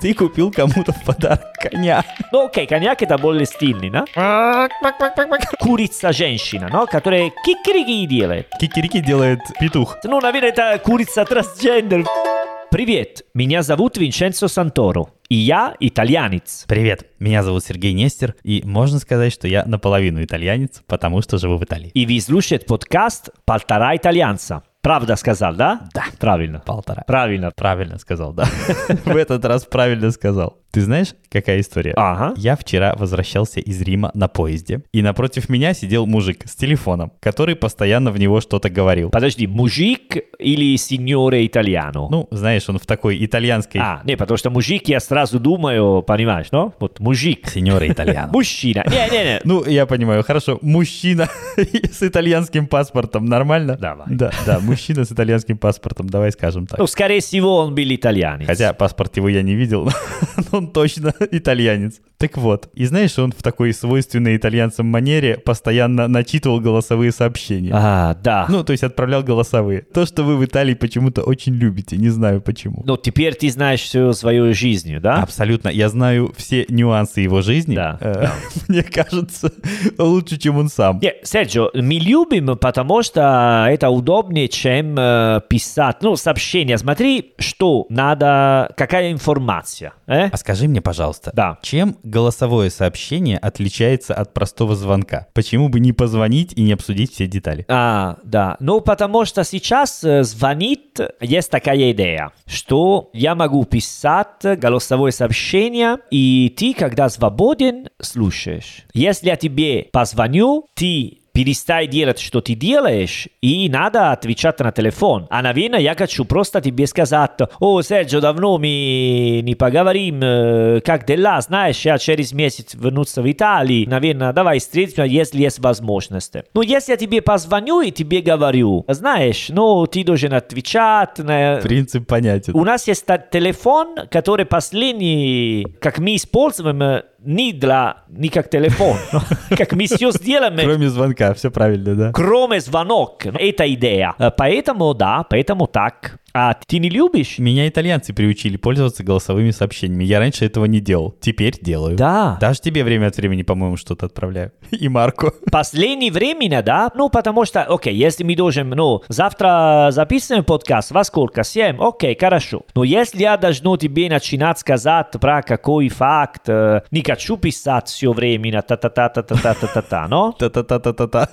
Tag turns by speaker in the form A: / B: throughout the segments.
A: Ты купил кому-то в подарок коня.
B: Ну, окей, коньяк это более стильный, да? Курица женщина, но которая кикирики делает.
A: Кикирики делает петух.
B: Ну, наверное, это курица трансгендер. Привет, меня зовут Винченцо Санторо, и я итальянец.
A: Привет, меня зовут Сергей Нестер, и можно сказать, что я наполовину итальянец, потому что живу в Италии.
B: И вы слушаете подкаст «Полтора итальянца». Правда сказал, да?
A: Да.
B: Правильно.
A: Полтора.
B: Правильно.
A: Правильно сказал, да. В этот раз правильно сказал. Ты знаешь, какая история?
B: Ага.
A: Я вчера возвращался из Рима на поезде, и напротив меня сидел мужик с телефоном, который постоянно в него что-то говорил.
B: Подожди, мужик или сеньоре итальяно?
A: Ну, знаешь, он в такой итальянской...
B: А, не, потому что мужик, я сразу думаю, понимаешь, ну? Вот мужик.
A: Сеньора итальяно.
B: Мужчина. Не-не-не.
A: Ну, я понимаю, хорошо, мужчина с итальянским паспортом, нормально?
B: Давай.
A: Да, да, мужчина с итальянским паспортом, давай скажем так.
B: Ну, скорее всего, он был итальянец.
A: Хотя паспорт его я не видел, но он точно итальянец. Так вот, и знаешь, он в такой свойственной итальянцам манере постоянно начитывал голосовые сообщения.
B: А, да. Ну,
A: Ну, то есть отправлял голосовые. То, что вы в Италии почему-то очень любите, не знаю почему.
B: Ну, теперь ты знаешь всю свою жизнь, да?
A: Абсолютно. Я знаю все нюансы его жизни.
B: а? Да,
A: Э, Мне кажется, лучше, чем он сам.
B: Не, Серджо, мы любим, потому что это удобнее, чем э, писать. Ну, сообщение, смотри, что надо, какая информация. э?
A: А скажи мне, пожалуйста,
B: Да.
A: чем голосовое сообщение отличается от простого звонка? Почему бы не позвонить и не обсудить все детали?
B: А, да. Ну, потому что сейчас э, звонит, есть такая идея, что я могу писать голосовое сообщение, и ты, когда свободен, слушаешь. Если я тебе позвоню, ты перестай делать, что ты делаешь, и надо отвечать на телефон. А, наверное, я хочу просто тебе сказать, о, Серджо, давно мы не поговорим, э, как дела, знаешь, я через месяц вернуться в Италию, наверное, давай встретимся, если есть возможность. Ну, если я тебе позвоню и тебе говорю, знаешь, ну, ты должен отвечать, на-
A: Принцип понятен.
B: у нас есть та- телефон, который последний, как мы используем, э, не для, не как телефон, как мы все сделаем, э,
A: Кроме звонка, все правильно, да?
B: Кроме звонок. Это идея. Э, Поэтому да, поэтому так. А ты не любишь?
A: Меня итальянцы приучили пользоваться голосовыми сообщениями. Я раньше этого не делал. Теперь делаю.
B: Да.
A: Даже тебе время от времени, по-моему, что-то отправляю. И Марку.
B: Последнее время, да? Ну, потому что, окей, если мы должен, ну, завтра записываем подкаст, во сколько? Семь? Окей, хорошо. Но если я должен тебе начинать сказать про какой факт, э, не хочу писать все время, та-та-та-та-та-та-та-та, но
A: Та-та-та-та-та-та.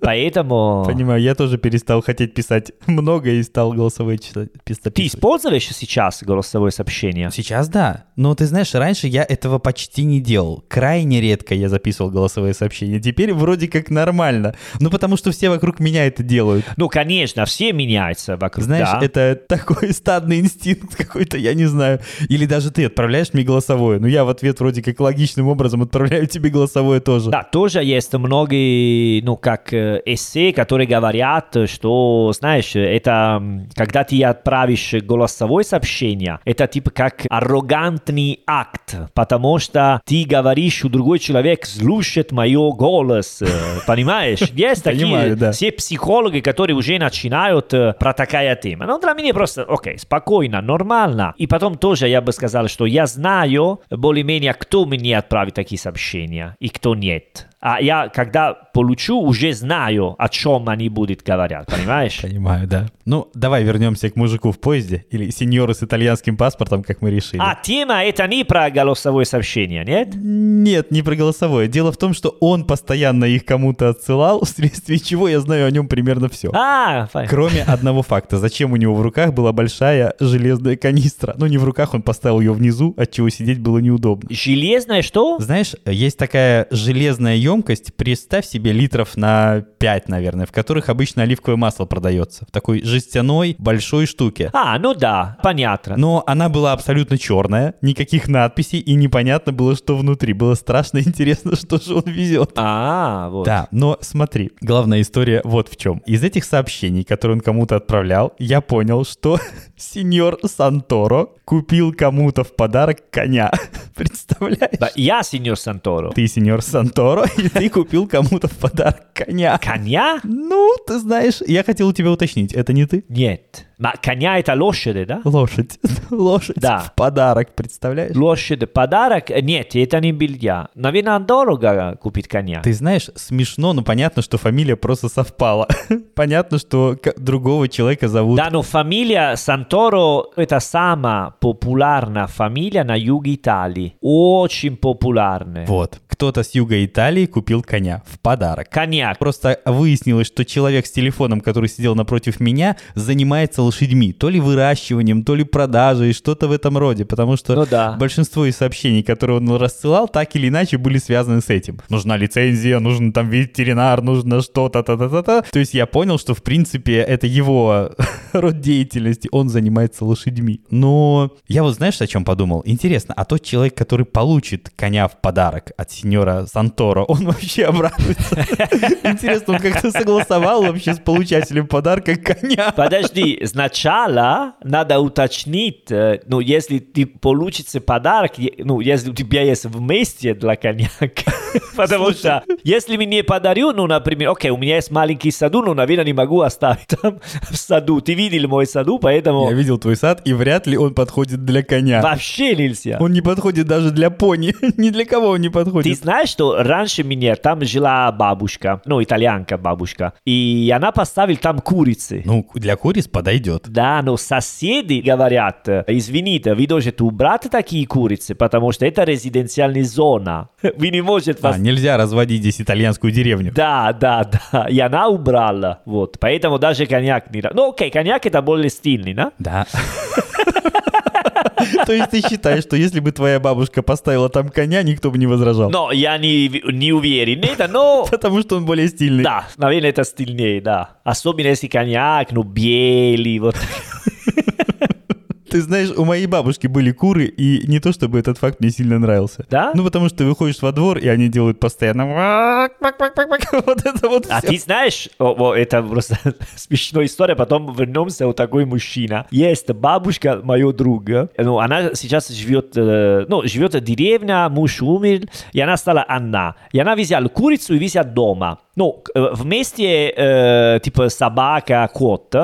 B: поэтому...
A: Понимаю, я тоже перестал хотеть писать много и стал голосовые читать. пис-
B: Ты
A: записывать.
B: используешь сейчас голосовое сообщение?
A: Сейчас да. Но ты знаешь, раньше я этого почти не делал. Крайне редко я записывал голосовые сообщения. Теперь вроде как нормально. Ну, потому что все вокруг меня это делают.
B: Ну, конечно, все меняются вокруг.
A: Знаешь,
B: да.
A: это такой стадный инстинкт какой-то, я не знаю. Или даже ты отправляешь мне голосовое. Ну, я в ответ вроде как логичным образом отправляю тебе голосовое тоже.
B: Да, тоже есть многие, ну, как э, эссе, которые говорят, что, знаешь, это м, когда ты отправишь голосовое сообщение, это типа как аррогантный акт, потому что ты говоришь, у другой человек слушает мое голос, э, понимаешь? Есть такие
A: Понимаю, да.
B: все психологи, которые уже начинают э, про такая тема. Но для меня просто, окей, спокойно, нормально. И потом тоже я бы сказал, что я знаю более-менее, кто мне отправит такие сообщения и кто нет. А я, когда получу, уже знаю, о чем они будут говорить, понимаешь?
A: Понимаю, да. Ну, давай вернемся к мужику в поезде. Или сеньору с итальянским паспортом, как мы решили.
B: А тема это не про голосовое сообщение, нет?
A: Нет, не про голосовое. Дело в том, что он постоянно их кому-то отсылал, вследствие чего я знаю о нем примерно все.
B: А, фа-
A: Кроме одного факта, зачем у него в руках была большая железная канистра? Ну, не в руках, он поставил ее внизу, от чего сидеть было неудобно.
B: железное что?
A: Знаешь, есть такая железная емкость, представь себе литров на 5, наверное, в которых обычно оливковое масло продается. В такой жестяной большой штуке.
B: А, ну да, понятно.
A: Но она была абсолютно черная, никаких надписей, и непонятно было, что внутри. Было страшно интересно, что же он везет.
B: А, вот.
A: Да, но смотри, главная история вот в чем. Из этих сообщений, которые он кому-то отправлял, я понял, что сеньор Санторо купил кому-то в подарок коня. Представляешь?
B: Да, Я сеньор Санторо.
A: Ты сеньор Санторо, и И ты купил кому-то в подарок коня.
B: Коня?
A: Ну, ты знаешь, я хотел у тебя уточнить, это не ты?
B: Нет. Ма коня это лошади, да?
A: Лошадь. Лошадь
B: Да.
A: в подарок, представляешь?
B: Лошадь подарок? Нет, это не белья. Наверное, дорого купить коня.
A: Ты знаешь, смешно, но понятно, что фамилия просто совпала. понятно, что к- другого человека зовут.
B: Да, но фамилия Санторо – это самая популярная фамилия на юге Италии. Очень популярная.
A: Вот. Кто-то с юга Италии купил коня в подарок.
B: Коньяк.
A: Просто выяснилось, что человек с телефоном, который сидел напротив меня, занимается лошадьми. То ли выращиванием, то ли продажей, что-то в этом роде. Потому что
B: Ну да.
A: большинство из сообщений, которые он рассылал, так или иначе были связаны с этим. Нужна лицензия, нужен там ветеринар, нужно что-то, та-та-та-та. То есть я понял, что в принципе это его род деятельности, он занимается лошадьми. Но я вот знаешь, о чем подумал? Интересно, а тот человек, который получит коня в подарок от сеньора Санторо, он вообще обрадуется? Интересно, он как-то согласовал вообще с получателем подарка коня?
B: Подожди, сначала надо уточнить, э, ну, если ты получится подарок, е- ну, если у тебя есть вместе для коньяка. Потому что, если мне подарю, ну, например, окей, у меня есть маленький саду, но, наверное, не могу оставить там в саду. Ты видел мой саду,
A: Я
B: поэтому
A: видел твой сад, и вряд ли он подходит для коня.
B: вообще нельзя.
A: Он не подходит даже для пони. Ни для кого он не
B: Ты
A: подходит.
B: знаешь, что раньше меня там жила бабушка, ну, итальянка бабушка, и она поставила там курицы.
A: Ну, для куриц подойдет.
B: Да, но соседи говорят, э, извините, вы должны убрать такие курицы, потому что это резиденциальная зона. Вы не можете вас...
A: А, нельзя разводить здесь итальянскую деревню.
B: Да, да, да. И она убрала. Вот. Поэтому даже коньяк не... ра- Ну, окей, коньяк это более стильный, да?
A: Да. То есть ты считаешь, что если бы твоя бабушка поставила там коня, никто бы не возражал?
B: Но я не, в- не уверен. Это, но...
A: Потому что он более стильный.
B: Да, наверное, это стильнее, да. Особенно если коньяк, ну, белый, вот.
A: Ты знаешь, у моей бабушки были куры, и не то чтобы этот факт мне сильно нравился.
B: Да?
A: Ну, потому что ты выходишь во двор, и они делают постоянно... «Вак, вак, вак, вак, вак». Вот это вот
B: А
A: всё.
B: ты знаешь, о, о, это просто смешная история, потом вернемся у такой мужчина. Есть бабушка моего друга, ну, она сейчас живет, э, ну, живет в деревне, муж умер, и она стала Анна. И она взяла курицу и взяла дома. Ну, к- э, вместе, э, типа, собака, кот,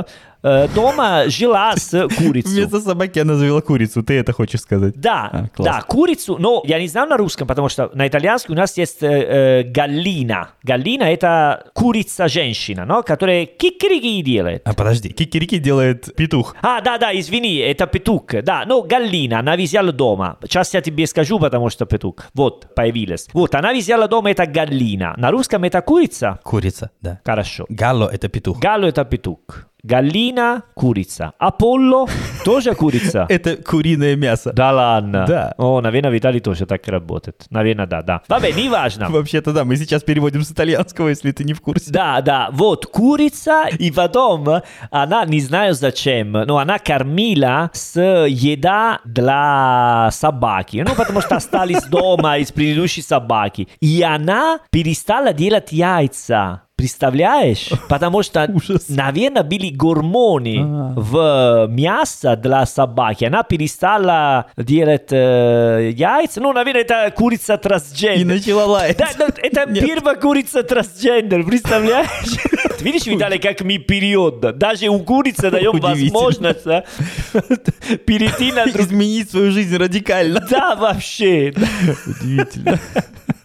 B: э, дома жила с курицей.
A: Вместо собаки она завела курицу, ты это хочешь сказать?
B: Да,
A: А, класс.
B: да, курицу, но я не знаю на русском, потому что на итальянском у нас есть э, э, галлина. Галлина это курица-женщина, но которая кикирики делает.
A: А подожди, кикирики делает петух.
B: А, да, да, извини, это петук. Да, но галлина, она взяла дома. Сейчас я тебе скажу, потому что петук. Вот, появилась. Вот, она взяла дома, это галлина. На русском это курица?
A: Курица, да.
B: Хорошо.
A: Галло — это петух.
B: Галло это петук. Галлина, курица. Аполло, тоже курица.
A: Это куриное мясо.
B: Да ладно.
A: Да.
B: О, наверное, в Италии тоже так работает. Наверное, да, да. Vabbè, неважно.
A: Вообще-то да, мы сейчас переводим с итальянского, если ты не в курсе.
B: Да, да, вот курица, и потом она, не знаю зачем, но она кормила с еда для собаки, ну, потому что остались дома из предыдущей собаки. И она перестала делать яйца. Представляешь? Потому что,
A: Ужас.
B: наверное, были гормоны
A: А.
B: в мясо для собаки. Она перестала делать э, яйца. Ну, наверное, это курица трансгендер.
A: И начала лаять.
B: Да, да, это
A: Нет.
B: первая курица трансгендер, представляешь? Ты Видишь, Виталий, как мы период. Даже у курицы даем
A: Удивительно.
B: возможность а, перейти на друг...
A: Изменить свою жизнь радикально.
B: Да, вообще.
A: Удивительно.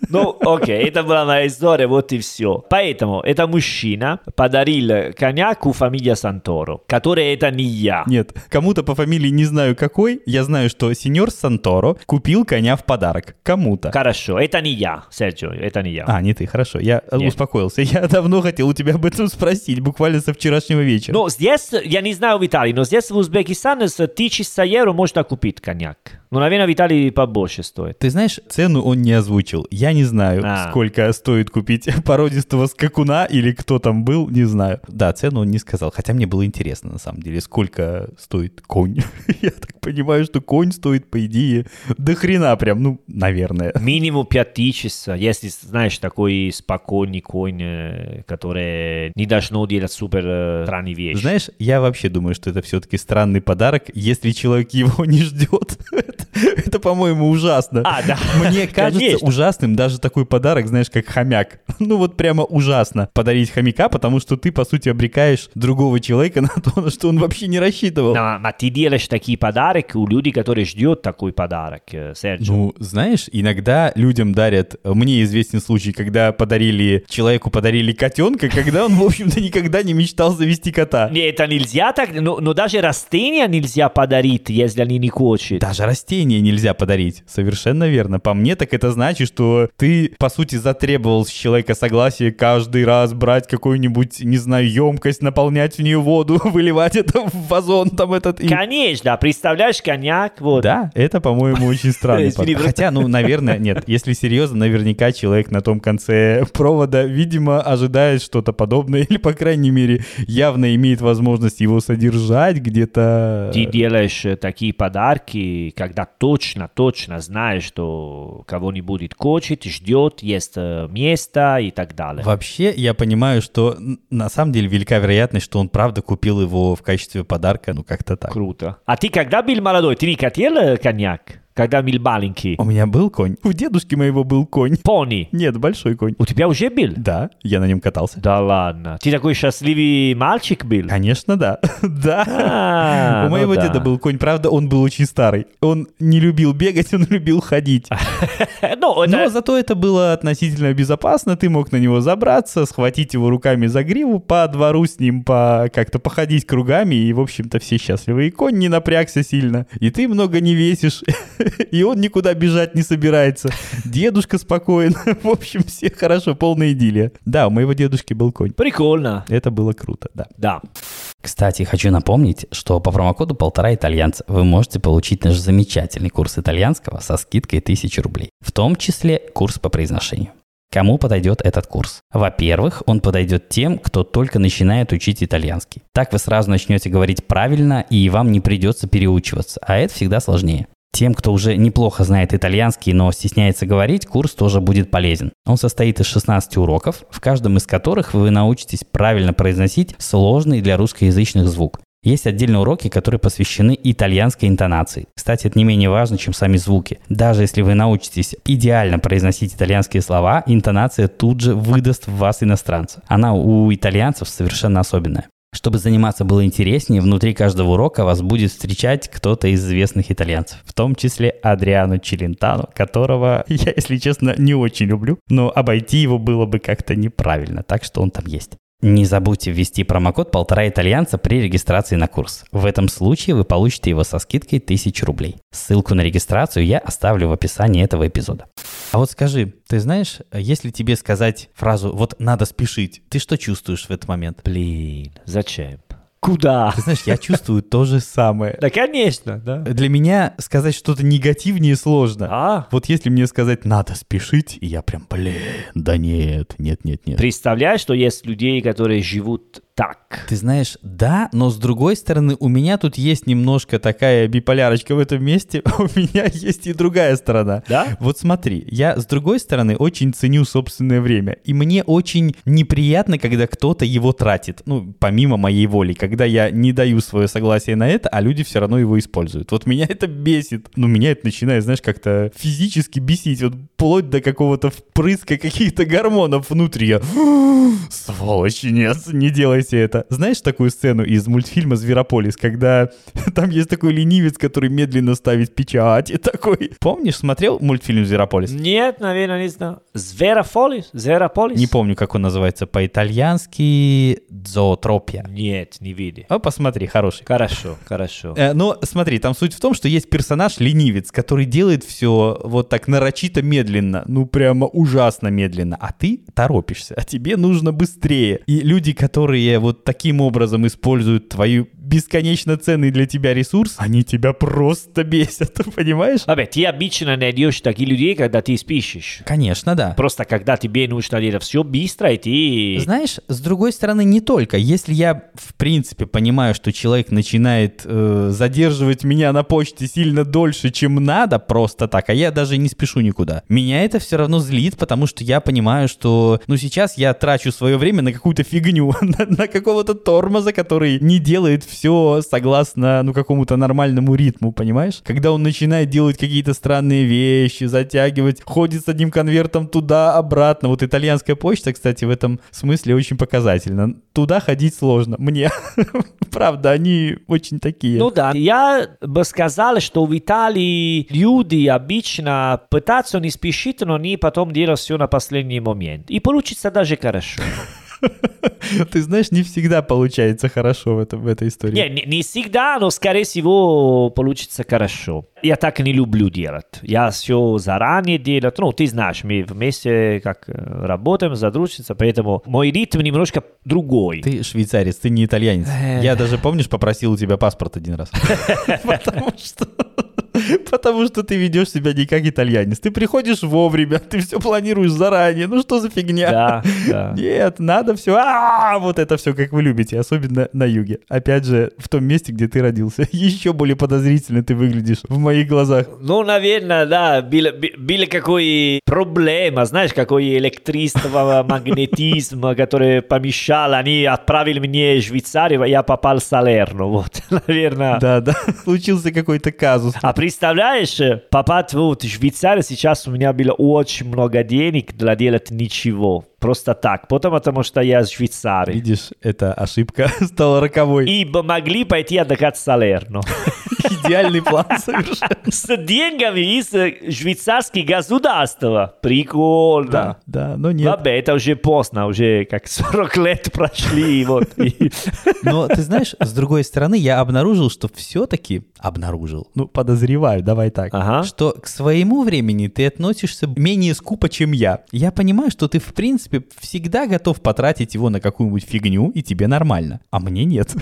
B: Ну, окей, это была моя история, вот и все. Поэтому это мужчина подарил коньяку фамилия Санторо, который это не я.
A: Нет, кому-то по фамилии не знаю какой, я знаю, что сеньор Санторо купил коня в подарок. Кому-то.
B: Хорошо, это не я, Серджио, это не я.
A: А, не ты, хорошо, я
B: Нет.
A: успокоился. Я давно хотел у тебя об этом спросить, буквально со вчерашнего вечера.
B: Но здесь, я не знаю в Италии, но здесь в Узбекистане с 1000 евро можно купить коньяк. Но, наверное, в Италии побольше стоит.
A: Ты знаешь, цену он не озвучил. Я не знаю,
B: А.
A: сколько стоит купить породистого скакуна или кто там был, не знаю. Да, цену он не сказал. Хотя мне было интересно, на самом деле, сколько стоит конь. Я так понимаю, что конь стоит, по идее, до хрена прям, ну, наверное.
B: Минимум 5000, если знаешь такой спокойный конь, э, который не должно делать супер э, странные вещи.
A: Знаешь, я вообще думаю, что это все-таки странный подарок, если человек его не ждет. Это- Это, по-моему, ужасно.
B: А, да.
A: Мне кажется
B: Конечно.
A: ужасным даже такой подарок, знаешь, как хомяк. Ну вот прямо ужасно подарить хомяка, потому что ты, по сути, обрекаешь другого человека на то, на что он вообще не рассчитывал.
B: Но, но а ты делаешь такие подарки у людей, которые ждет такой подарок, э, Серджио.
A: Ну, знаешь, иногда людям дарят... э, Мне известен случай, когда подарили... Человеку подарили котенка, когда он, в общем-то, никогда не мечтал завести кота.
B: Не, Это нельзя так, но, но даже растения нельзя подарить, если они не кочат.
A: Даже растения нельзя подарить. Совершенно верно. По мне, так это значит, что ты, по сути, затребовал с человека согласие каждый раз брать какую-нибудь, не знаю, емкость, наполнять в нее воду, выливать это в вазон там этот... и-
B: Конечно, представляешь, коньяк, вот.
A: Да, это, по-моему, очень странно.
B: Извини, просто-
A: Хотя, ну, наверное, нет, если серьезно, наверняка человек на том конце провода, видимо, ожидает что-то подобное, или, по крайней мере, явно имеет возможность его содержать где-то...
B: Ты делаешь э, такие подарки, когда точно, точно знаешь, что кого-нибудь кочет, ждет, есть э, место и так далее.
A: Вообще, я понимаю, что н- на самом деле велика вероятность, что он правда купил его в качестве подарка, ну как-то так.
B: Круто. А ты когда был молодой, ты не хотел э, коньяк? Когда был маленький?
A: У меня был конь. У дедушки моего был конь.
B: Пони.
A: Нет, большой конь.
B: У тебя уже был?
A: Да, я на нем катался.
B: Да ладно. Ты такой счастливый мальчик был?
A: Конечно, да. Да.
B: А,
A: У
B: ну
A: моего
B: да.
A: деда был конь, правда, он был очень старый. Он не любил бегать, он любил ходить.
B: Ну, это-
A: Но зато это было относительно безопасно. Ты мог на него забраться, схватить его руками за гриву, по двору с ним по как-то походить кругами, и, в общем-то, все счастливы. И конь не напрягся сильно, и ты много не весишь, и он никуда бежать не собирается. Дедушка спокоен. В общем, все хорошо, полная идиллия. Да, у моего дедушки был конь.
B: Прикольно.
A: Это было круто, да.
B: Да.
C: Кстати, хочу напомнить, что по промокоду «Полтора итальянца» вы можете получить наш замечательный курс итальянского со скидкой 1000 рублей, в том числе курс по произношению. Кому подойдет этот курс? Во-первых, он подойдет тем, кто только начинает учить итальянский. Так вы сразу начнете говорить правильно, и вам не придется переучиваться, а это всегда сложнее. Тем, кто уже неплохо знает итальянский, но стесняется говорить, курс тоже будет полезен. Он состоит из 16 уроков, в каждом из которых вы научитесь правильно произносить сложный для русскоязычных звук. Есть отдельные уроки, которые посвящены итальянской интонации. Кстати, это не менее важно, чем сами звуки. Даже если вы научитесь идеально произносить итальянские слова, интонация тут же выдаст в вас иностранца. Она у итальянцев совершенно особенная. Чтобы заниматься было интереснее, внутри каждого урока вас будет встречать кто-то из известных итальянцев,
A: В том числе Адриану Челентано, которого я, если честно, не очень люблю, но обойти его было бы как-то неправильно, так что он
C: там есть. Не забудьте ввести промокод «Полтора итальянца» при регистрации на курс. В этом случае вы получите его со скидкой 1000 рублей. Ссылку на регистрацию я оставлю в описании этого эпизода.
A: А вот скажи, ты знаешь, если тебе сказать фразу «вот надо спешить», ты что чувствуешь в этот момент?
B: Блин, зачем? Куда?
A: Ты знаешь, я чувствую то же самое.
B: Да, конечно, да.
A: Для меня сказать что-то негативнее сложно.
B: А,
A: Вот если мне сказать «надо спешить», и я прям «блин, да нет, нет, нет, нет».
B: представляешь, что есть людей, которые живут так.
A: Ты знаешь, да, но с другой стороны, у меня тут есть немножко такая биполярочка в этом месте, у меня есть и другая сторона.
B: Да?
A: Вот смотри, я с другой стороны очень ценю собственное время, и мне очень неприятно, когда кто-то его тратит, ну, помимо моей воли, когда я не даю свое согласие на это, а люди все равно его используют. Вот меня это бесит. Ну, меня это начинает, знаешь, как-то физически бесить, вот вплоть до какого-то впрыска каких-то гормонов внутри. Я, Сволочи, нет, не делайте это. Знаешь такую сцену из мультфильма «Зверополис», когда там есть такой ленивец, который медленно ставит печать и такой... Помнишь, смотрел мультфильм «Зверополис»?
B: Нет, наверное, не знаю. Зверополис? Зверополис?
A: Не помню, как он называется по-итальянски «Зоотропия».
B: Нет, не видел.
A: А, посмотри, хороший.
B: Хорошо, хорошо.
A: Э, Но смотри, там суть в том, что есть персонаж ленивец, который делает все вот так нарочито медленно, ну прямо ужасно медленно, а ты торопишься, а тебе нужно быстрее. И люди, которые вот таким образом используют твою бесконечно ценный для тебя ресурс, они тебя просто бесят, понимаешь?
B: Vabbè, ты обычно найдешь таких людей, когда ты спишешь.
A: Конечно, да.
B: Просто когда тебе нужно делать все быстро, и ты...
A: Знаешь, с другой стороны, не только. Если я, в принципе, понимаю, что человек начинает э, задерживать меня на почте сильно дольше, чем надо, просто так, а я даже не спешу никуда. Меня это все равно злит, потому что я понимаю, что, ну, сейчас я трачу свое время на какую-то фигню, на, на какого-то тормоза, который не делает все согласно, ну, какому-то нормальному ритму, понимаешь? Когда он начинает делать какие-то странные вещи, затягивать, ходит с одним конвертом туда-обратно. Вот итальянская почта, кстати, в этом смысле очень показательна. Туда ходить сложно. Мне. Правда, они очень такие.
B: Ну да, я бы сказал, что в Италии люди обычно пытаются не спешить, но они потом делают все на последний момент. И получится даже хорошо.
A: Ты знаешь, не всегда получается хорошо в, этом, в этой истории.
B: Не, не, не всегда, но скорее всего получится хорошо. Я так не люблю делать. Я все заранее делаю. Ну, ты знаешь, мы вместе как э, работаем, задружимся, поэтому мой ритм немножко другой.
A: Ты швейцарец, ты не итальянец. Я даже, помнишь, попросил у тебя паспорт один раз. Потому что... Потому что ты ведешь себя не как итальянец. Ты приходишь вовремя, ты все планируешь заранее. Ну что за фигня?
B: Да, да.
A: Нет, надо все. А, вот это все, как вы любите, особенно на юге. Опять же, в том месте, где ты родился. Еще более подозрительно ты выглядишь в моих глазах.
B: Ну, наверное, да, были, б- были какой проблема, знаешь, какой электричество, магнетизм, который помешал, они отправили мне в Швейцарию, я попал в Салерну, вот, наверное.
A: Да, да. Случился какой-то казус.
B: А представляешь, э, попасть вот в Швейцарию, сейчас у меня было очень много денег для делать ничего, просто так, потом потому что я из Швейцарии.
A: Видишь, эта ошибка стала роковой.
B: И бы могли пойти отдыхать в Салерну.
A: Идеальный план совершенно.
B: С деньгами из э, швейцарских государства. Прикольно.
A: Да, да, но нет.
B: Vabbè, это уже поздно, уже как 40 лет прошли, вот. и-
A: Но ты знаешь, с другой стороны, я обнаружил, что все-таки обнаружил. Ну, подозреваю, давай так.
B: Ага.
A: Что к своему времени ты относишься менее скупо, чем я. Я понимаю, что ты, в принципе, всегда готов потратить его на какую-нибудь фигню, и тебе нормально. А мне нет.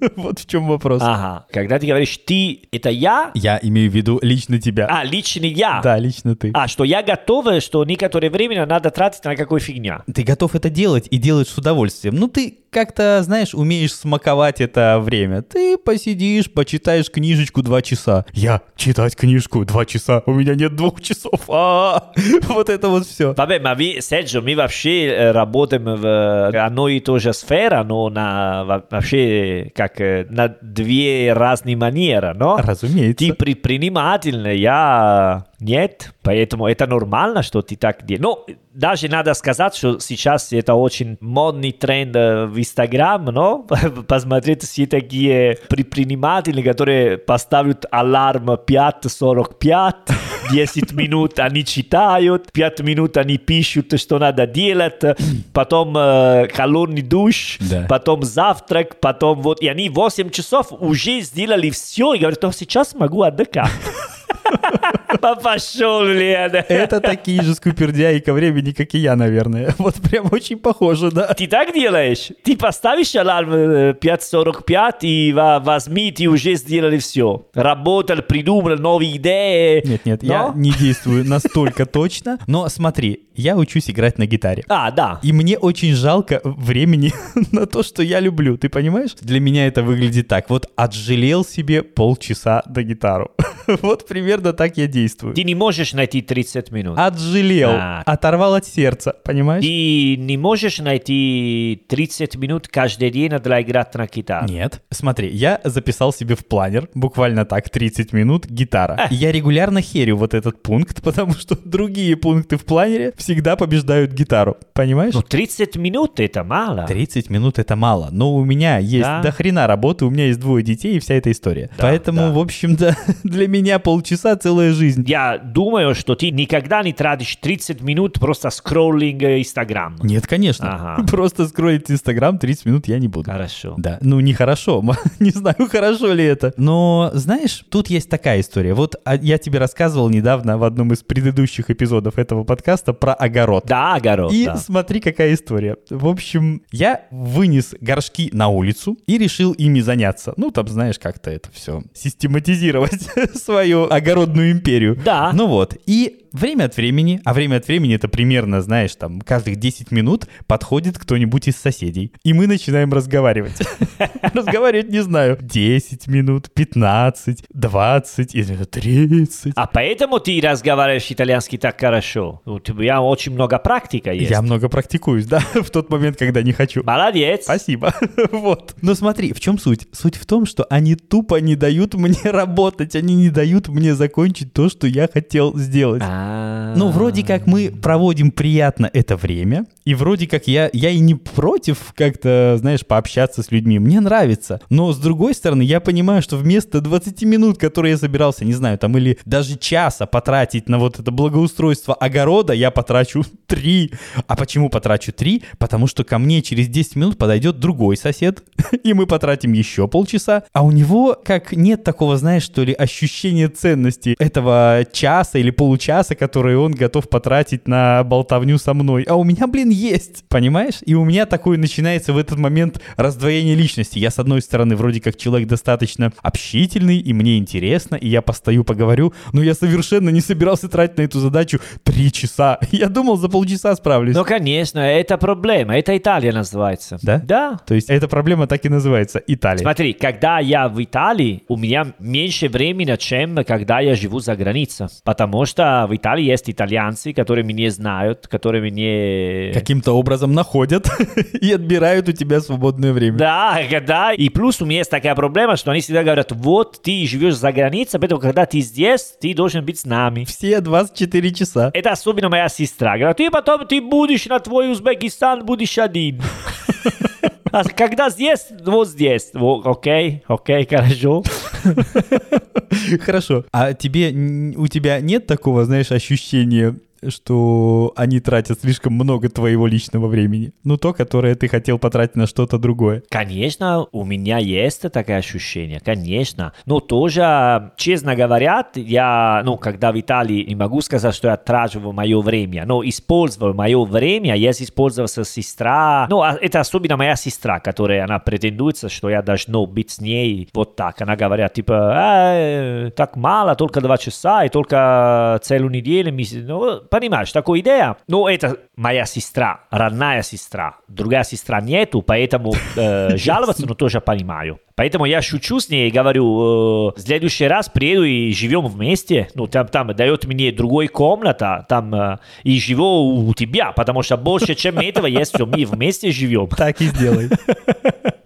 A: Вот в чем вопрос.
B: Ага. Когда ты говоришь «ты», это я?
A: Я имею в виду лично тебя.
B: А, личный я.
A: Да, лично ты.
B: А, что я готов, что некоторое время надо тратить на какую фигня.
A: Ты готов это делать и делаешь с удовольствием. Ну, ты как-то, знаешь, умеешь смаковать это время. Ты посидишь, почитаешь книжечку два часа. Я читать книжку два часа, у меня нет двух часов. А, Вот это вот все.
B: Vabbè, ma vi, Sergio, мы вообще э, работаем в э, одной и той же сфере, но на, во- вообще как э, на две разные манеры, но... Ты
A: Разумеется.
B: предпринимательный, я нет, поэтому это нормально, что ты так делаешь. Ну, даже надо сказать, что сейчас это очень модный тренд э, в Инстаграм, но посмотреть все такие предприниматели, которые поставят аларм 5.45, 10 минут они читают, 5 минут они пишут, что надо делать, потом э, холодный душ,
A: Да.
B: потом завтрак, потом вот, и они 8 часов уже сделали все, и говорят, «О, сейчас могу отдыхать. Пошел, Лена.
A: Это такие же скупердяи ко времени, как и я, наверное. Вот прям очень похоже, да.
B: Ты так делаешь? Ты поставишь аларм э, 5.45 и во- возьми, ты уже сделали все. Работал, придумал новые идеи.
A: Нет, нет, я
B: Но-
A: не действую настолько точно. Но смотри, я учусь играть на гитаре.
B: А, да.
A: И мне очень жалко времени на то, что я люблю. Ты понимаешь? Для меня это выглядит так. Вот отжалел себе полчаса до гитару. вот примерно так я действую.
B: Ты не можешь найти 30 минут.
A: Отжалел.
B: А.
A: Оторвал от сердца. Понимаешь?
B: Ты не можешь найти 30 минут каждый день для играть на гитаре.
A: Нет. Смотри, я записал себе в планер, буквально так, 30 минут, гитара. И Я регулярно херю вот этот пункт, потому что другие пункты в планере всегда побеждают гитару. Понимаешь?
B: Ну, 30 минут это мало.
A: 30 минут это мало, но у меня есть
B: Да.
A: до хрена работы, у меня есть двое детей и вся эта история. Поэтому,
B: да.
A: в общем-то, для меня полчаса целая жизнь.
B: Я думаю, что ты никогда не тратишь 30 минут просто скроллинг э, Инстаграм.
A: Нет, конечно.
B: Ага.
A: Просто скроить Инстаграм 30 минут я не буду.
B: Хорошо.
A: Да, ну нехорошо, не знаю, хорошо ли это. Но, знаешь, тут есть такая история. Вот а, я тебе рассказывал недавно в одном из предыдущих эпизодов этого подкаста про огород.
B: Да, огород.
A: И
B: да.
A: смотри, какая история. В общем, я вынес горшки на улицу и решил ими заняться. Ну, там, знаешь, как-то это все систематизировать свою огородную империю.
B: Да.
A: Ну вот. И Время от времени, а время от времени это примерно, знаешь, там каждых 10 минут подходит кто-нибудь из соседей. И мы начинаем разговаривать. Разговаривать не знаю. 10 минут, 15, 20, или 30.
B: А поэтому ты разговариваешь итальянский так хорошо. У тебя очень много практика есть.
A: Я много практикуюсь, да, в тот момент, когда не хочу.
B: Молодец.
A: Спасибо. Вот. Но смотри, в чем суть? Суть в том, что они тупо не дают мне работать, они не дают мне закончить то, что я хотел сделать.
B: А.
A: Ну, вроде как мы проводим приятно это время, и вроде как я, я и не против как-то, знаешь, пообщаться с людьми, мне нравится. Но, с другой стороны, я понимаю, что вместо 20 минут, которые я собирался, не знаю, там, или даже часа потратить на вот это благоустройство огорода, я потрачу 3. А почему потрачу 3? Потому что ко мне через 10 минут подойдет другой сосед, и мы потратим еще полчаса. А у него как нет такого, знаешь, что ли, ощущения ценности этого часа или получаса, который он готов потратить на болтовню со мной. А у меня, блин, есть, понимаешь? И у меня такое начинается в этот момент раздвоение личности. Я, с одной стороны, вроде как человек достаточно общительный, и мне интересно, и я постою, поговорю, но я совершенно не собирался тратить на эту задачу три часа. Я думал, за полчаса справлюсь.
B: Ну, конечно, это проблема. Это Италия называется.
A: Да?
B: Да.
A: То есть эта проблема так и называется Италия.
B: Смотри, когда я в Италии, у меня меньше времени, чем когда я живу за границей. Потому что в Италии есть итальянцы, которые меня знают, которые меня...
A: Каким-то образом находят и отбирают у тебя свободное время.
B: Да, когда... И плюс у меня есть такая проблема, что они всегда говорят, вот ты живешь за границей, поэтому когда ты здесь, ты должен быть с нами.
A: Все 24 часа.
B: Это особенно моя сестра. Говорит, ты потом ты будешь на твой Узбекистан, будешь один. А когда здесь, вот здесь. Во, Окей, окей, хорошо.
A: Хорошо. А тебе, н- у тебя нет такого, знаешь, ощущения, что они тратят слишком много твоего личного времени? Ну, то, которое ты хотел потратить на что-то другое.
B: Конечно, у меня есть такое ощущение, конечно. Но тоже, честно говоря, я, ну, когда в Италии, не могу сказать, что я трачу мое время, но использовал мое время, я использовал сестра. Ну, а это особенно моя сестра, которая, она претендуется, что я должно быть с ней вот так. Она говорит, типа, «Э, так мало, только два часа, и только целую неделю. мы с- Ну, понимаешь, такая идея. Но это моя сестра, родная сестра. Другая сестра нету, поэтому э, жаловаться, но тоже понимаю. Поэтому я шучу с ней и говорю, э, в следующий раз приеду и живем вместе. Ну, там, там дает мне другой комната, там э, и живу у тебя, потому что больше, чем этого, есть все, мы вместе живем.
A: Так и сделай.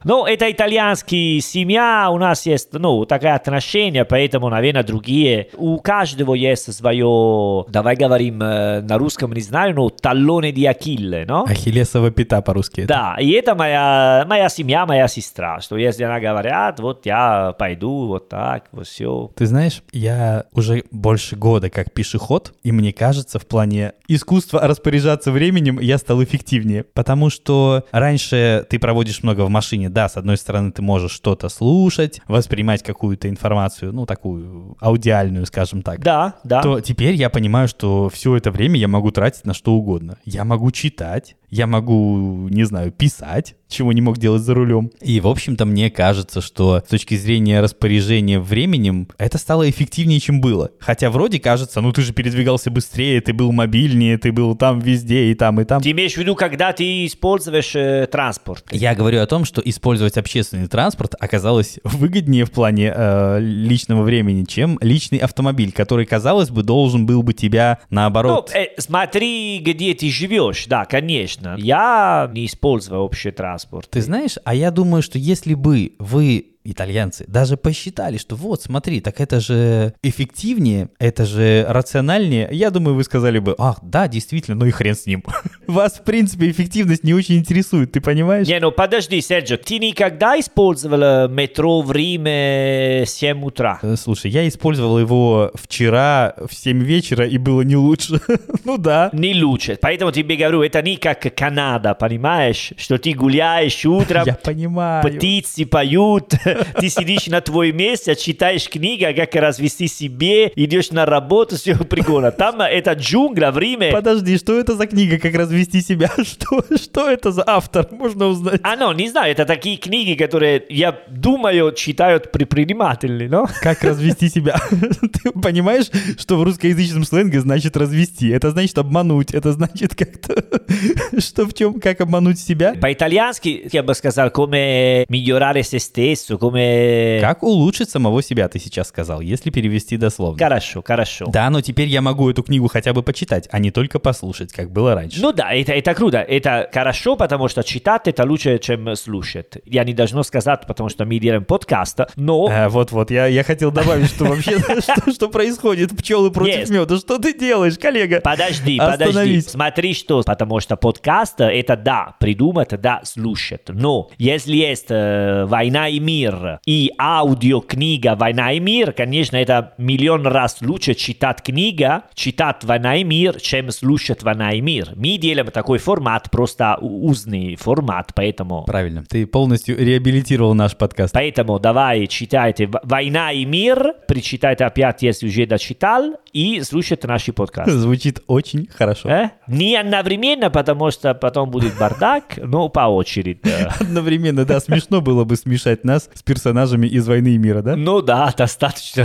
B: Ну, это итальянский семья, у нас есть, ну, такое отношение, поэтому, наверное, другие. У каждого есть свое, давай говорим э, на русском, не знаю, но талоны ди Акилле, но?
A: Ахиллесова пята по-русски. это.
B: Да, и это моя, моя семья, моя сестра, что если она говорят, вот я пойду, вот так, вот все.
A: Ты знаешь, я уже больше года как пешеход, и мне кажется, в плане искусства распоряжаться временем я стал эффективнее. Потому что раньше ты проводишь много в машине, да, с одной стороны ты можешь что-то слушать, воспринимать какую-то информацию, ну такую аудиальную, скажем так.
B: Да, да.
A: То теперь я понимаю, что все это время я могу тратить на что угодно. Я могу читать, я могу, не знаю, писать, чего не мог делать за рулем. И, в общем-то, мне кажется, что с точки зрения распоряжения временем, это стало эффективнее, чем было. Хотя вроде кажется, ну ты же передвигался быстрее, ты был мобильнее, ты был там везде и там, и там.
B: Ты имеешь в виду, когда ты используешь э, транспорт?
A: Я говорю о том, что использовать общественный транспорт оказалось выгоднее в плане э, личного времени, чем личный автомобиль, который, казалось бы, должен был бы тебя
B: Ну,
A: наоборот.
B: э, смотри, где ты живешь, да, конечно. Я не использую общий транспорт.
A: Ты знаешь, а я думаю, что если бы вы, итальянцы, даже посчитали, что вот, смотри, так это же эффективнее, это же рациональнее, я думаю, вы сказали бы, ах, да, действительно, ну и хрен с ним. Вас, в принципе, эффективность не очень интересует, ты понимаешь?
B: Не, ну подожди, Серджо, ты никогда использовал э, метро в Риме 7 утра?
A: Э, Слушай, я использовал его вчера в 7 вечера, и было не лучше. Ну да.
B: Не лучше. Поэтому тебе говорю, это не как Канада, понимаешь? Что ты гуляешь утром,
A: Я понимаю.
B: птицы поют, Ты сидишь на твоем месте, читаешь книгу, как развести себе, идешь на работу, все прикольно. Там это джунгла, время.
A: Подожди, что это за книга «Как развести себя»? Что, что это за автор? Можно узнать?
B: А, ну, не знаю, это такие книги, которые, я думаю, читают предприниматели, но...
A: Как развести себя? Ты понимаешь, что в русскоязычном сленге значит развести? Это значит обмануть, это значит как-то... Что в чем, как обмануть себя?
B: По-итальянски, я бы сказал, come migliorare se stesso, come...
A: Как улучшить самого себя, ты сейчас сказал, если перевести дословно.
B: Хорошо, хорошо.
A: Да, но теперь я могу эту книгу хотя бы почитать, а не только послушать, как было раньше.
B: Ну да, это, это круто. Это хорошо, потому что читать это лучше, чем слушать. Я не должен сказать, потому что мы делаем подкаст, но...
A: Э, Вот-вот, я, я хотел добавить, что вообще, что, что происходит, пчелы против
B: Есть.
A: меда, что ты делаешь, коллега?
B: Подожди, подожди.
A: Остановись.
B: Смотри, что, потому что подкаст э, это да, придумать, да, слушать. Но если есть э, «Война и мир» и аудиокнига «Война и мир», конечно, это миллион раз лучше читать книга, читать «Война и мир», чем слушать «Война и мир». Мы делаем такой формат, просто у- узный формат, поэтому...
A: Правильно, ты полностью реабилитировал наш подкаст.
B: Поэтому давай читайте «В- «Война и мир», причитайте опять, если уже дочитал, и слушайте наши подкасты.
A: Звучит очень хорошо.
B: Э? Не одновременно, потому что потом будет бардак, но по очереди. да.
A: Одновременно, да, смешно было бы смешать нас с персонажами из «Войны и мира», да?
B: Ну да, достаточно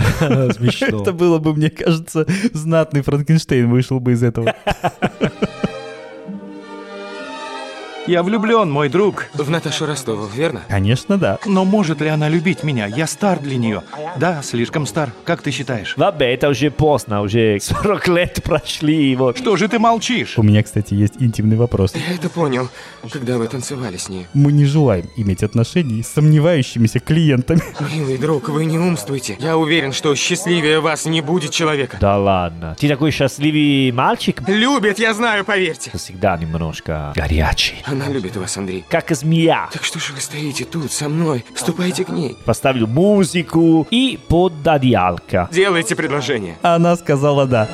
B: смешно.
A: Это было бы, мне кажется, знатный Франкенштейн вышел бы из этого.
D: Я влюблен, мой друг.
E: В Наташу Ростову, верно?
A: Конечно, да.
D: Но может ли она любить меня? Я стар для нее. Да, слишком стар. Как ты считаешь?
B: Vabbè, это уже поздно, уже 40 лет прошли, вот.
D: Что же ты молчишь?
A: У меня, кстати, есть интимный вопрос.
E: Я это понял, когда вы танцевали с ней.
A: Мы не желаем иметь отношений с сомневающимися клиентами.
E: Милый друг, вы не умствуйте. Я уверен, что счастливее вас не будет человека.
B: Да ладно. Ты такой счастливый мальчик?
E: Любит, я знаю, поверьте.
B: Всегда немножко горячий.
E: Она любит вас, Андрей.
B: Как змея.
E: Так что же вы стоите тут со мной? Ступайте к ней.
B: Поставил музыку и под одеялко.
E: Делайте предложение.
A: А Она сказала да.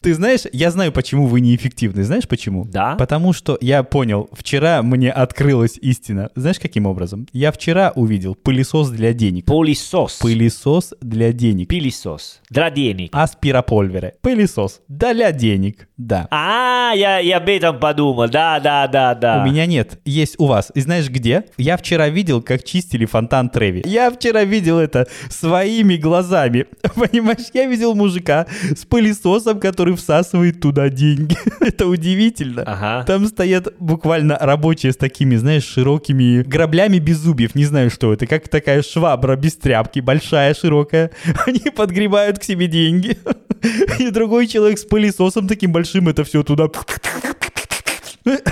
A: Ты знаешь, я знаю, почему вы неэффективны. Знаешь почему?
B: Да.
A: Потому что я понял, вчера мне открылась истина. Знаешь, каким образом? Я вчера увидел пылесос для денег.
B: Полисос.
A: Пылесос для денег.
B: Пылесос. Для денег.
A: Аспиропольверы. Пылесос. Для денег. Да.
B: А, я, я об этом подумал. Да, да, да, да.
A: У меня нет, есть у вас. И знаешь где? Я вчера видел, как чистили фонтан Треви. Я вчера видел это своими глазами. Понимаешь, я видел мужика с пылесосом, который всасывает туда деньги. Это удивительно.
B: Ага.
A: Там стоят буквально рабочие с такими, знаешь, широкими граблями без зубьев. Не знаю, что это. Как такая швабра без тряпки, большая, широкая. Они подгребают к себе деньги. И другой человек с пылесосом таким большим это все туда...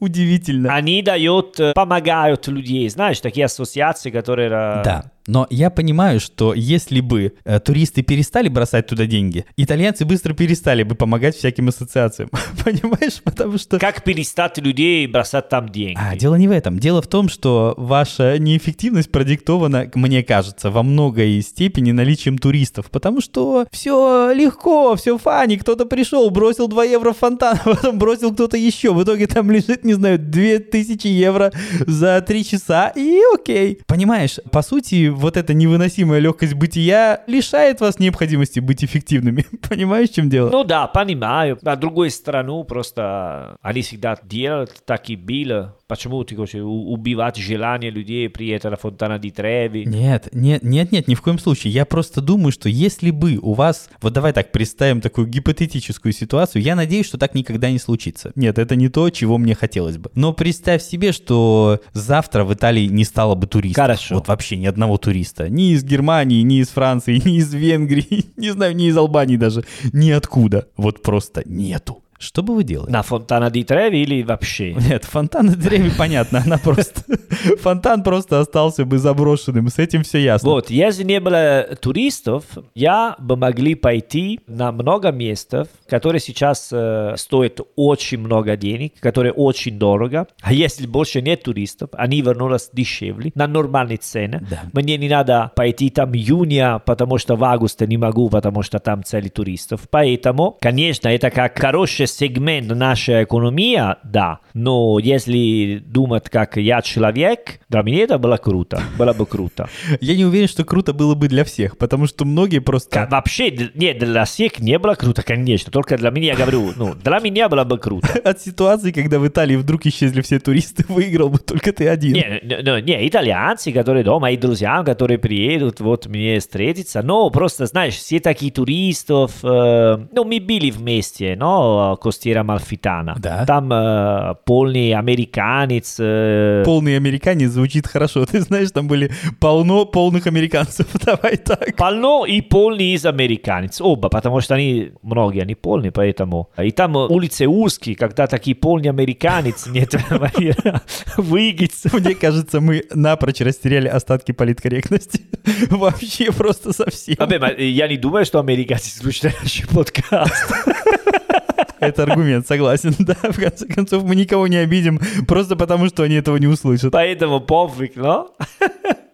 A: Удивительно.
B: Они дают, э, помогают людей. Знаешь, такие ассоциации, которые... э,
C: Да.
A: А, Но я понимаю, что если бы э, туристы перестали бросать туда деньги, итальянцы быстро перестали бы помогать всяким ассоциациям. Понимаешь? Потому что...
B: Как перестать людей бросать там деньги?
A: А, дело не в этом. Дело в том, что ваша неэффективность продиктована, к- мне кажется, во многой степени наличием туристов. Потому что все легко, все фани. Кто-то пришел, бросил 2 евро в фонтан, а потом бросил кто-то еще. В итоге там лежит, не знаю, 2000 евро за 3 часа. И окей. Понимаешь, по сути, вот эта невыносимая легкость бытия лишает вас необходимости быть эффективными. Понимаешь, в чем дело?
B: Ну да, понимаю. На другую страну просто они всегда делают, так и было. Почему ты хочешь у- убивать желание людей приехать на фонтана ди Треви?
A: Нет, нет, нет, нет, ни в коем случае. Я просто думаю, что если бы у вас, вот давай так представим такую гипотетическую ситуацию, я надеюсь, что так никогда не случится. Нет, это не то, чего мне хотелось бы. Но представь себе, что завтра в Италии не стало бы туристов.
B: Хорошо.
A: Вот вообще ни одного туриста. Ни из Германии, ни из Франции, ни из Венгрии, не знаю, ни из Албании даже. Ниоткуда. Вот просто нету. Что бы вы делали?
B: На фонтана ди Треви или вообще?
A: Нет, фонтан на дереве понятно, она просто... Фонтан просто остался бы заброшенным, с этим все ясно.
B: Вот, если не было туристов, я бы могли пойти на много мест, которые сейчас э, стоят очень много денег, которые очень дорого. А если больше нет туристов, они вернулись дешевле, на нормальные цены.
A: Да.
B: Мне не надо пойти там июня, потому что в августе не могу, потому что там цели туристов. Поэтому, конечно, это как хороший сегмент нашей экономии, да, но если думать, как я человек, для меня это было круто, было бы круто.
A: Я не уверен, что круто было бы для всех, потому что многие
B: Ка-
A: просто...
B: Вообще, д- нет, для всех не было круто, конечно, только для меня, я говорю, ну, для меня было бы круто.
A: От ситуации, когда в Италии вдруг исчезли все туристы, выиграл бы только ты один.
B: Не, не, не, не, итальянцы, которые дома, и друзья, которые приедут, вот мне встретиться. Но просто, знаешь, все такие туристов. э, ну, мы были вместе, но Костера Малфитана.
C: Да.
B: Там э, полный американец. э,
A: Полный американец звучит хорошо. Ты знаешь, там были полно полных американцев. Давай так.
B: Полно и полный из американец. Оба, потому что они, многие, они полные, поэтому. И там э, улицы узкие, когда такие полный американец, нет манера выиграть.
A: Мне кажется, мы напрочь растеряли остатки политкорректности. Вообще просто совсем.
B: Vabbè, ma я не думаю, что американцы слушают наш подкаст.
A: Это аргумент, согласен. Да, в конце концов, мы никого не обидим, просто потому, что они этого не услышат.
B: Поэтому пофиг, но...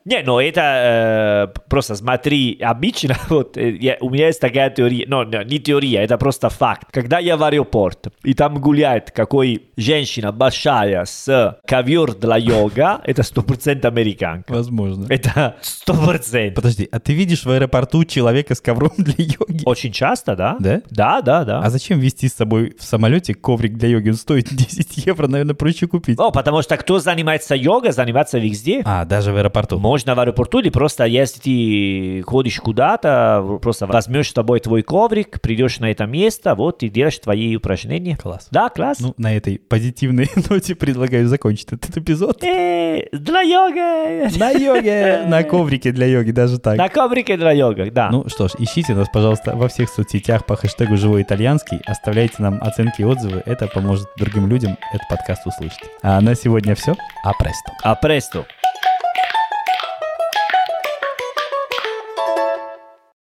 B: Не, ну это э, просто смотри, обычно вот э, я- у меня есть такая теория, но не, не теория, это просто факт. Когда я в аэропорт, и там гуляет какой женщина большая с ковер для йога, это 100% американка.
A: Возможно.
B: Это 100%.
A: Подожди, а ты видишь в аэропорту человека с ковром для йоги?
B: Очень часто, да?
A: Да?
B: Да, да, да.
A: А зачем вести с собой в самолете коврик для йоги? Он стоит 10 евро, наверное, проще купить.
B: О, потому что кто занимается йогой, занимается везде.
C: А, даже в аэропорту.
B: Можно в аэропорту или просто если ты ходишь куда-то, в- просто возьмешь с тобой твой коврик, придешь на это место, вот и делаешь твои упражнения.
C: Класс.
B: Да, класс.
A: Ну, на этой позитивной ноте предлагаю закончить этот эпизод.
B: Э, для йога!
A: На йоге! На коврике для йоги, даже так.
B: На коврике для йога, да.
A: Ну что ж, ищите нас, пожалуйста, во всех соцсетях по хэштегу «Живой итальянский». Оставляйте нам оценки и отзывы. Это поможет другим людям этот подкаст услышать. А на сегодня все.
C: А престо.
B: А престо.